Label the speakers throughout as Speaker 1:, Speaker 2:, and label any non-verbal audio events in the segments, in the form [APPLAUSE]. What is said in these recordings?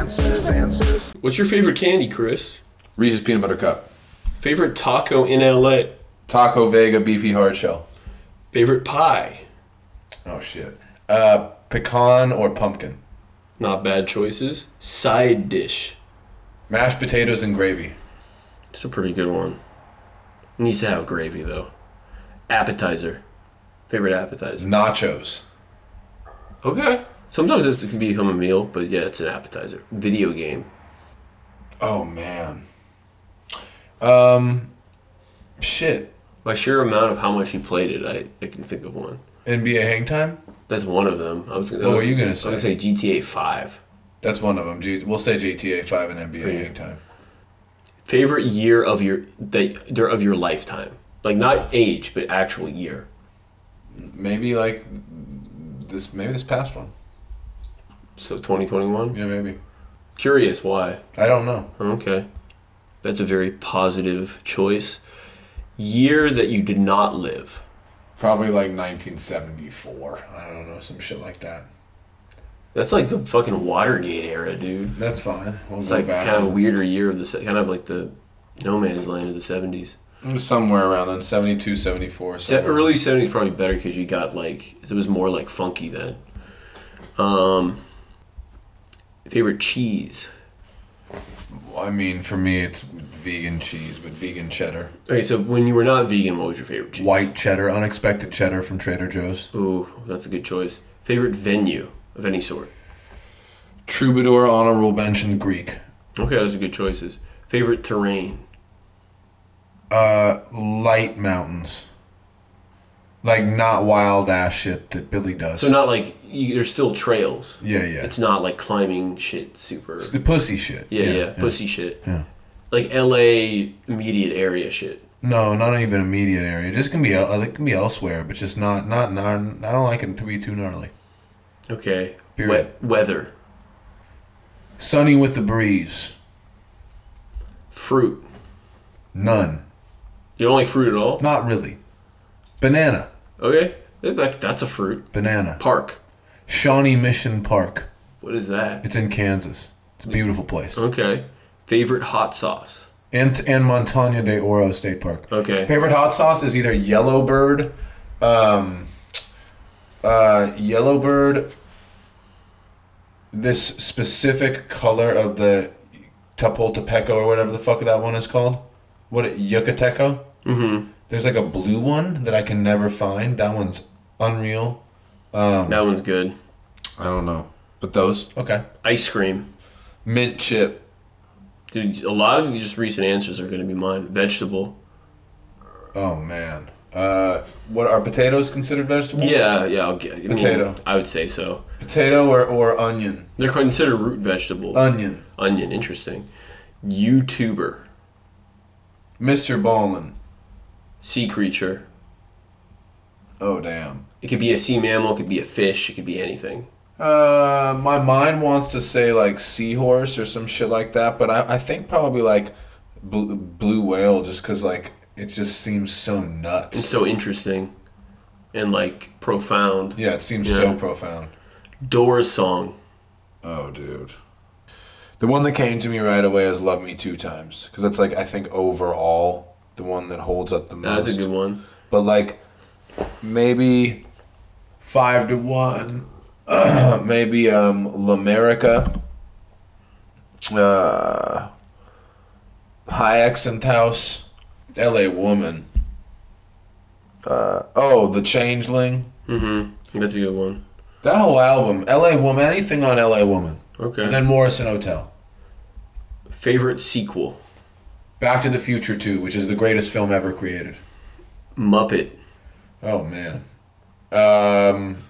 Speaker 1: What's your favorite candy, Chris?
Speaker 2: Reese's peanut butter cup.
Speaker 1: Favorite taco in LA?
Speaker 2: Taco Vega beefy hard shell.
Speaker 1: Favorite pie?
Speaker 2: Oh shit. Uh, pecan or pumpkin.
Speaker 1: Not bad choices. Side dish.
Speaker 2: Mashed potatoes and gravy.
Speaker 1: It's a pretty good one. Needs to have gravy though. Appetizer. Favorite appetizer.
Speaker 2: Nachos.
Speaker 1: Okay. Sometimes it's- it can become a meal, but yeah, it's an appetizer. Video game.
Speaker 2: Oh man. Um, shit.
Speaker 1: By sheer amount of how much you played it, I, I can think of one.
Speaker 2: NBA hang time.
Speaker 1: That's one of them. I was. What
Speaker 2: were Oh, you gonna
Speaker 1: I was
Speaker 2: say?
Speaker 1: gonna say GTA Five.
Speaker 2: That's one of them. G- we'll say GTA Five and NBA hang time.
Speaker 1: Favorite year of your that of your lifetime, like not age, but actual year.
Speaker 2: Maybe like this. Maybe this past one.
Speaker 1: So 2021.
Speaker 2: Yeah, maybe.
Speaker 1: Curious why?
Speaker 2: I don't know.
Speaker 1: Okay. That's a very positive choice. Year that you did not live.
Speaker 2: Probably like 1974. I don't know. Some shit like that.
Speaker 1: That's like the fucking Watergate era, dude.
Speaker 2: That's fine. We'll
Speaker 1: It's
Speaker 2: go
Speaker 1: like
Speaker 2: back.
Speaker 1: kind of a weirder year of the se- kind of like the no man's land of the 70s.
Speaker 2: Somewhere around then, 72, 74.
Speaker 1: The
Speaker 2: somewhere.
Speaker 1: early 70s probably better because you got like it was more like funky then. Um, favorite cheese.
Speaker 2: I mean, for me, it's vegan cheese, but vegan cheddar.
Speaker 1: Okay, so when you were not vegan, what was your favorite cheese?
Speaker 2: White cheddar, unexpected cheddar from Trader Joe's.
Speaker 1: Ooh, that's a good choice. Favorite venue of any sort.
Speaker 2: Troubadour honorable mention Greek.
Speaker 1: Okay, those are good choices. Favorite terrain.
Speaker 2: Uh, light mountains. Like not wild ass shit that Billy does.
Speaker 1: So not like you, there's still trails.
Speaker 2: yeah, yeah.
Speaker 1: It's not like climbing shit super.
Speaker 2: It's the pussy shit.
Speaker 1: Yeah, yeah, pussy shit.
Speaker 2: yeah.
Speaker 1: Like LA immediate area shit.
Speaker 2: No, not even immediate area. Just can be el- it can be elsewhere, but just not not not. I don't like it to be too gnarly.
Speaker 1: Okay.
Speaker 2: Period.
Speaker 1: We- weather,
Speaker 2: Sunny with the breeze.
Speaker 1: fruit.
Speaker 2: None.
Speaker 1: You don't like fruit at all?
Speaker 2: Not really. Banana.
Speaker 1: Okay. That's like that's a fruit.
Speaker 2: Banana.
Speaker 1: Park.
Speaker 2: Shawnee Mission Park.
Speaker 1: What is that?
Speaker 2: It's in Kansas. It's a beautiful place.
Speaker 1: Okay. Favorite hot sauce.
Speaker 2: And and Montaña de Oro State Park.
Speaker 1: Okay.
Speaker 2: Favorite hot sauce is either Yellowbird, um, uh, Yellowbird. This specific color of the Tapultepeco or whatever the fuck that one is called. What Yucateco?
Speaker 1: Mm-hmm.
Speaker 2: There's like a blue one that I can never find. That one's unreal.
Speaker 1: That one's good.
Speaker 2: I don't know, but those okay.
Speaker 1: Ice cream.
Speaker 2: Mint chip.
Speaker 1: Dude, a lot of these recent answers are going to be mine. Vegetable.
Speaker 2: Oh man. Uh, what are potatoes considered vegetables?
Speaker 1: Yeah, yeah. I'll get, I mean,
Speaker 2: Potato.
Speaker 1: I would say so.
Speaker 2: Potato or, or onion?
Speaker 1: They're considered root vegetable.
Speaker 2: Onion.
Speaker 1: Onion. Interesting. YouTuber.
Speaker 2: Mr. Ballin.
Speaker 1: Sea creature.
Speaker 2: Oh damn.
Speaker 1: It could be a sea mammal, it could be a fish, it could be anything.
Speaker 2: Uh, my mind wants to say like seahorse or some shit like that, but I, I think probably like bl- blue whale just because like it just seems so
Speaker 1: It's
Speaker 2: nuts.
Speaker 1: so interesting and like profound.
Speaker 2: Yeah, it seems
Speaker 1: Yeah.
Speaker 2: so profound.
Speaker 1: Doors song.
Speaker 2: Oh, dude. The one that came to me right away is "Love Me Two Times" because that's like I think overall the one that holds up the most.
Speaker 1: That's a good one.
Speaker 2: but like maybe five to one. [CLEARS THROAT] maybe um Lamerica. Uh High Accent House. LA Woman. Uh oh, The Changeling.
Speaker 1: Mm-hmm. That's a good one.
Speaker 2: That whole album, LA Woman, anything on LA Woman.
Speaker 1: Okay.
Speaker 2: And then Morrison Hotel.
Speaker 1: Favorite sequel.
Speaker 2: Back to the Future 2, which is the greatest film ever created.
Speaker 1: Muppet.
Speaker 2: Oh man. Um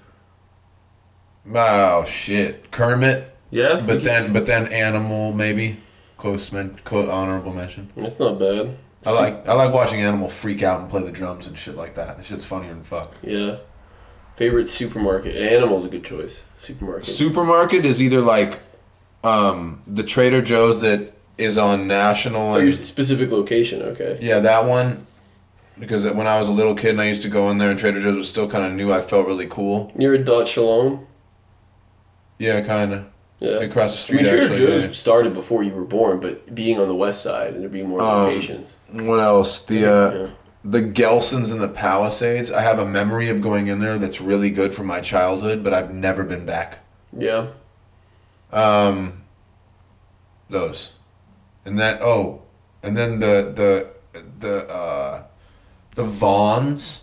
Speaker 2: Oh shit. Kermit.
Speaker 1: Yeah. that's-
Speaker 2: But then but then Animal maybe. Close men close, honorable mention.
Speaker 1: that's not bad.
Speaker 2: I like I like watching Animal freak out and play the drums and shit like that. That shit's funny and fuck.
Speaker 1: Yeah. Favorite supermarket. Animal's a good choice. Supermarket.
Speaker 2: Supermarket is either like um, the Trader Joe's that is on National
Speaker 1: Oh, your
Speaker 2: and
Speaker 1: specific location. Okay.
Speaker 2: yeah, that one. Because when I was a little kid and I used to go in there and Trader Joe's was still kind of new, I felt really cool.
Speaker 1: Near a dot shalom.
Speaker 2: Yeah, kind of.
Speaker 1: Yeah.
Speaker 2: Across the
Speaker 1: I mean,
Speaker 2: street,
Speaker 1: Trader
Speaker 2: actually.
Speaker 1: Joe's
Speaker 2: yeah.
Speaker 1: started before you were born, but being on the west side and there being more
Speaker 2: Um,
Speaker 1: locations.
Speaker 2: What else? The uh,
Speaker 1: Yeah.
Speaker 2: the Gelsons and the Palisades. I have a memory of going in there that's really good from my childhood, but I've never been back.
Speaker 1: Yeah.
Speaker 2: Um, those, and that. Oh, and then the the the uh, the Vaughns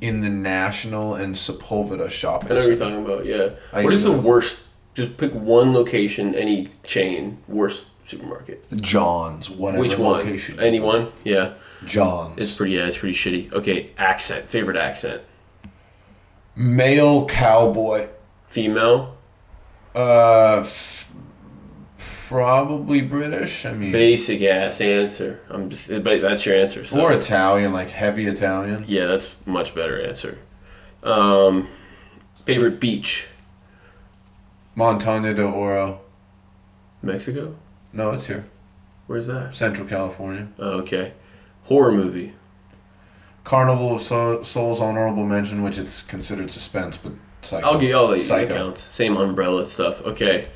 Speaker 2: in the National and Sepulveda
Speaker 1: I know
Speaker 2: shopping.
Speaker 1: what you're
Speaker 2: center.
Speaker 1: talking about. Yeah.
Speaker 2: I
Speaker 1: What
Speaker 2: used
Speaker 1: is
Speaker 2: to-
Speaker 1: the worst? Just pick one location, any chain, worst supermarket.
Speaker 2: John's, whatever
Speaker 1: Which one?
Speaker 2: location.
Speaker 1: Any one? Yeah.
Speaker 2: John's.
Speaker 1: It's pretty. Yeah, it's pretty shitty. Okay. Accent. Favorite accent.
Speaker 2: male cowboy.
Speaker 1: Female.
Speaker 2: Uh, f- probably British. I mean,
Speaker 1: Basic ass answer. I'm just. But that's your answer. So.
Speaker 2: or Italian, like heavy Italian.
Speaker 1: Yeah, that's much better answer. Um, favorite beach?
Speaker 2: Montana de Oro.
Speaker 1: Mexico?
Speaker 2: No, it's here.
Speaker 1: Where's that?
Speaker 2: Central California.
Speaker 1: Oh, okay. Horror movie.
Speaker 2: Carnival of Soul- Souls honorable mention, which it's considered suspense, but psycho.
Speaker 1: I'll give you all that that
Speaker 2: Psycho.
Speaker 1: counts. Same umbrella stuff. Okay.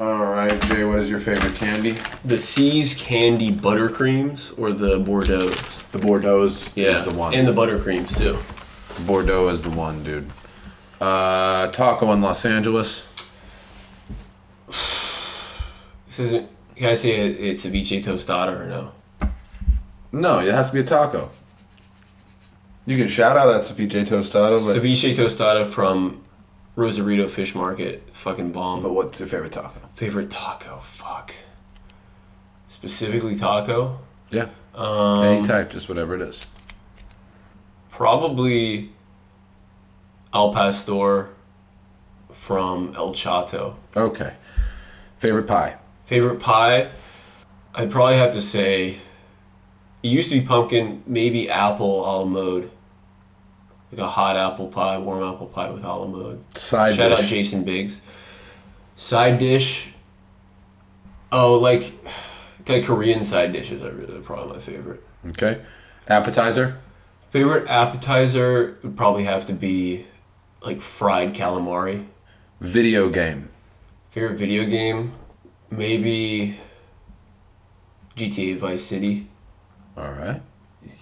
Speaker 2: All right, Jay. What is your favorite candy?
Speaker 1: The C's candy buttercreams or the Bordeaux?
Speaker 2: The Bordeaux's
Speaker 1: Yeah.
Speaker 2: is the one.
Speaker 1: And the buttercreams too.
Speaker 2: Bordeaux is the one, dude. Uh, taco in Los Angeles.
Speaker 1: This isn't. Can I say it- it's ceviche tostada or no?
Speaker 2: No, it has to be a taco. You can shout out that ceviche tostado, but,
Speaker 1: Ceviche tostada from Rosarito Fish Market. Fucking bomb.
Speaker 2: but what's your favorite taco?
Speaker 1: Favorite taco? Fuck. Specifically taco?
Speaker 2: Yeah,
Speaker 1: Um,
Speaker 2: any type, just whatever it is.
Speaker 1: probably El Pastor from El Chato.
Speaker 2: Okay. Favorite pie.
Speaker 1: Favorite pie? I'd probably have to say it used to be pumpkin, maybe apple a la mode. Like a hot apple pie, warm apple pie with a la mode.
Speaker 2: Side
Speaker 1: Shout out
Speaker 2: dish.
Speaker 1: Jason Biggs. Side dish. Oh, like, [SIGHS] like Korean side dishes are really probably my favorite.
Speaker 2: Okay. Appetizer.
Speaker 1: Favorite appetizer would probably have to be like fried calamari.
Speaker 2: Video game.
Speaker 1: Favorite video game, maybe GTA Vice City.
Speaker 2: All right.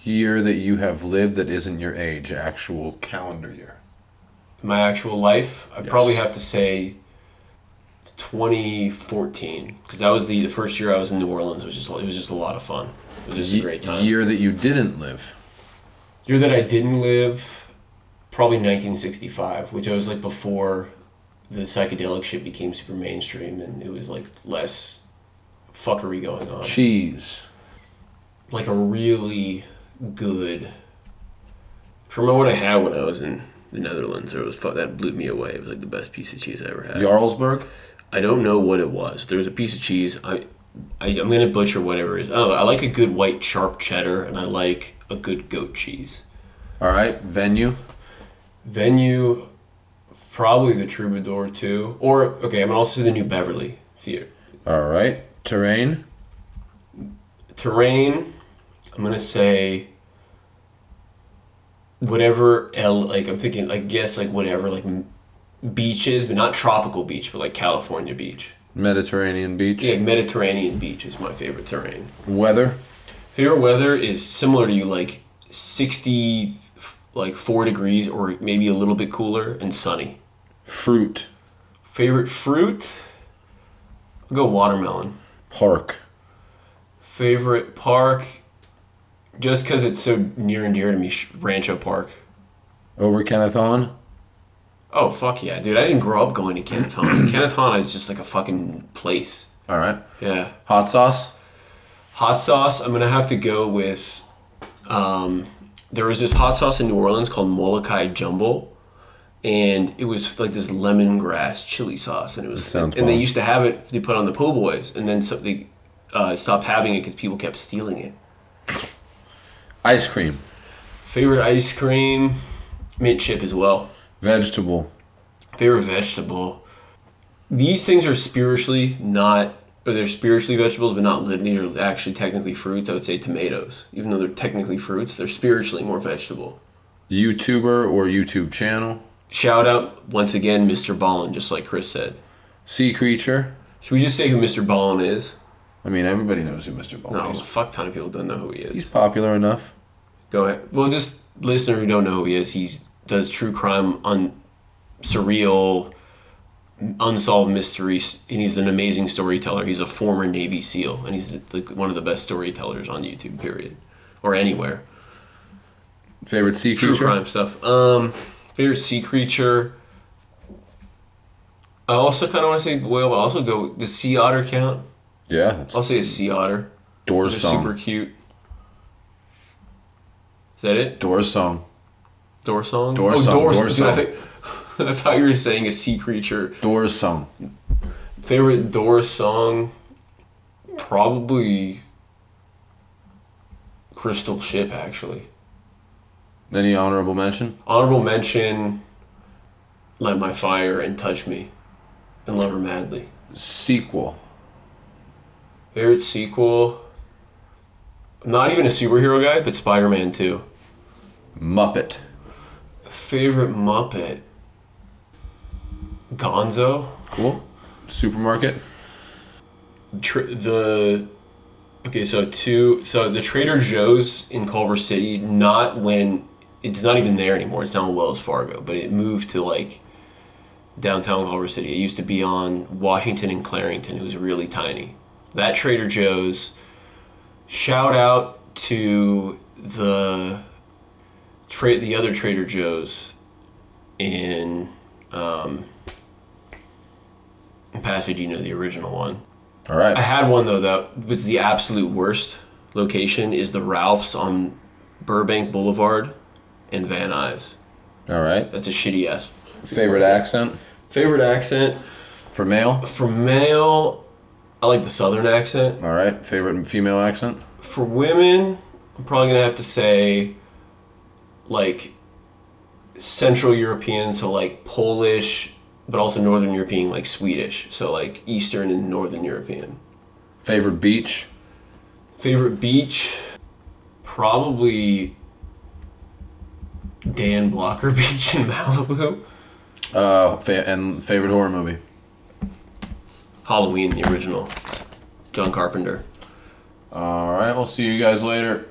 Speaker 2: Year that you have lived that isn't your age, actual calendar year.
Speaker 1: My actual life, I probably have to say 2014 because that was the, the first year I was in New Orleans. It was just it was just a lot of fun. It was just a
Speaker 2: Ye-
Speaker 1: great time.
Speaker 2: Year that you didn't live.
Speaker 1: year that I didn't live, probably 1965, which I was like before the psychedelic shit became super mainstream and it was like less fuckery going on.
Speaker 2: Cheese.
Speaker 1: Like a really good. From what I had when I was in the Netherlands, there was fu- that blew me away. It was like the best piece of cheese I ever had.
Speaker 2: Jarlsberg.
Speaker 1: I don't know what it was. There was a piece of cheese. I, I I'm gonna butcher whatever it is. I don't know. I like a good white sharp cheddar, and I like a good goat cheese.
Speaker 2: All right. Venue.
Speaker 1: venue probably the troubadour too or okay i'm gonna also say the new beverly theater
Speaker 2: All right. Terrain.
Speaker 1: terrain i'm gonna say whatever l like i'm thinking i guess like whatever like m- beaches but not tropical beach but like california beach
Speaker 2: Mediterranean beach.
Speaker 1: yeah mediterranean beach is my favorite terrain
Speaker 2: Weather.
Speaker 1: favorite weather is similar to you like 60 like 4 degrees or maybe a little bit cooler and sunny
Speaker 2: Fruit.
Speaker 1: Favorite fruit? I'll go watermelon.
Speaker 2: Park.
Speaker 1: Favorite park? Just because it's so near and dear to me, Sh- Rancho Park.
Speaker 2: Over Kennethon.
Speaker 1: Oh, fuck yeah, dude. I didn't grow up going to Kenneth Hahn. Kenneth Hahn is just like a fucking place.
Speaker 2: All right.
Speaker 1: Yeah.
Speaker 2: Hot sauce.
Speaker 1: Hot sauce, I'm going to have to go with. Um, there was this hot sauce in New Orleans called Molokai Jumbo. And it was like this lemongrass chili sauce, and it was,
Speaker 2: sounds
Speaker 1: and they
Speaker 2: bomb.
Speaker 1: used to have it. They put on the po' boys, and then so they uh, stopped having it because people kept stealing it.
Speaker 2: Ice cream.
Speaker 1: Favorite ice cream? mint chip as well.
Speaker 2: Vegetable.
Speaker 1: Favorite vegetable. These things are spiritually not, or they're spiritually vegetables, but not living. These are actually technically fruits. I would say tomatoes, even though they're technically fruits, they're spiritually more vegetable.
Speaker 2: YouTuber or YouTube channel.
Speaker 1: Shout out once again, Mr. Ballin, just like Chris said.
Speaker 2: Sea creature.
Speaker 1: Should we just say who Mr. Ballin is?
Speaker 2: I mean, everybody knows who Mr. Ball
Speaker 1: No, a
Speaker 2: is.
Speaker 1: fuck ton of people don't know who he
Speaker 2: He's
Speaker 1: is.
Speaker 2: popular enough.
Speaker 1: Go ahead. Well, just listener who don't know who he is, he does true crime on surreal, unsolved mysteries, and he's an amazing storyteller. He's a former Navy SEAL, and he's like one of the best storytellers on YouTube, period, or anywhere.
Speaker 2: Favorite sea
Speaker 1: True
Speaker 2: creature.
Speaker 1: crime stuff. Um, favorite sea creature. I also kind of want to say whale, but I also go the sea otter count.
Speaker 2: Yeah, that's
Speaker 1: I'll say a sea otter. They're
Speaker 2: Doors song.
Speaker 1: super cute. Is that it?
Speaker 2: Doors song.
Speaker 1: Door song? Oh,
Speaker 2: Door song,
Speaker 1: Door,
Speaker 2: door
Speaker 1: dude,
Speaker 2: song.
Speaker 1: I, think- [LAUGHS] I thought you were saying a sea creature.
Speaker 2: Doors song.
Speaker 1: Favorite door song? Probably Crystal Ship, actually.
Speaker 2: Any honorable mention?
Speaker 1: Honorable mention Light My Fire and Touch Me and Love Her Madly.
Speaker 2: Sequel.
Speaker 1: Favorite sequel? I'm not even a superhero guy, but Spider Man 2.
Speaker 2: Muppet.
Speaker 1: Favorite Muppet? Gonzo?
Speaker 2: Cool. Supermarket.
Speaker 1: tr- the okay so two so the trader joe's in culver city not when it's not even there anymore it's now in wells fargo but it moved to like downtown culver city it used to be on washington and clarington it was really tiny that trader joe's shout out to the tra- the other trader joe's in um, in pasadena the original one
Speaker 2: All right.
Speaker 1: I had one though that was the absolute worst location is the Ralphs on Burbank Boulevard and Van Nuys.
Speaker 2: All right.
Speaker 1: That's a shitty ass.
Speaker 2: Favorite accent
Speaker 1: Favorite accent
Speaker 2: for male.
Speaker 1: for male, I like the Southern accent.
Speaker 2: All right. Favorite female accent.
Speaker 1: For women, I'm probably gonna have to say like Central European, so like Polish, but also Northern European, like Swedish. So like Eastern and Northern European.
Speaker 2: Favorite beach.
Speaker 1: Favorite beach? Probably Dan Blocker [LAUGHS] Beach in Malibu.
Speaker 2: Uh, fa- and favorite horror movie.
Speaker 1: Halloween, the original. John Carpenter.
Speaker 2: All right. We'll see you guys later.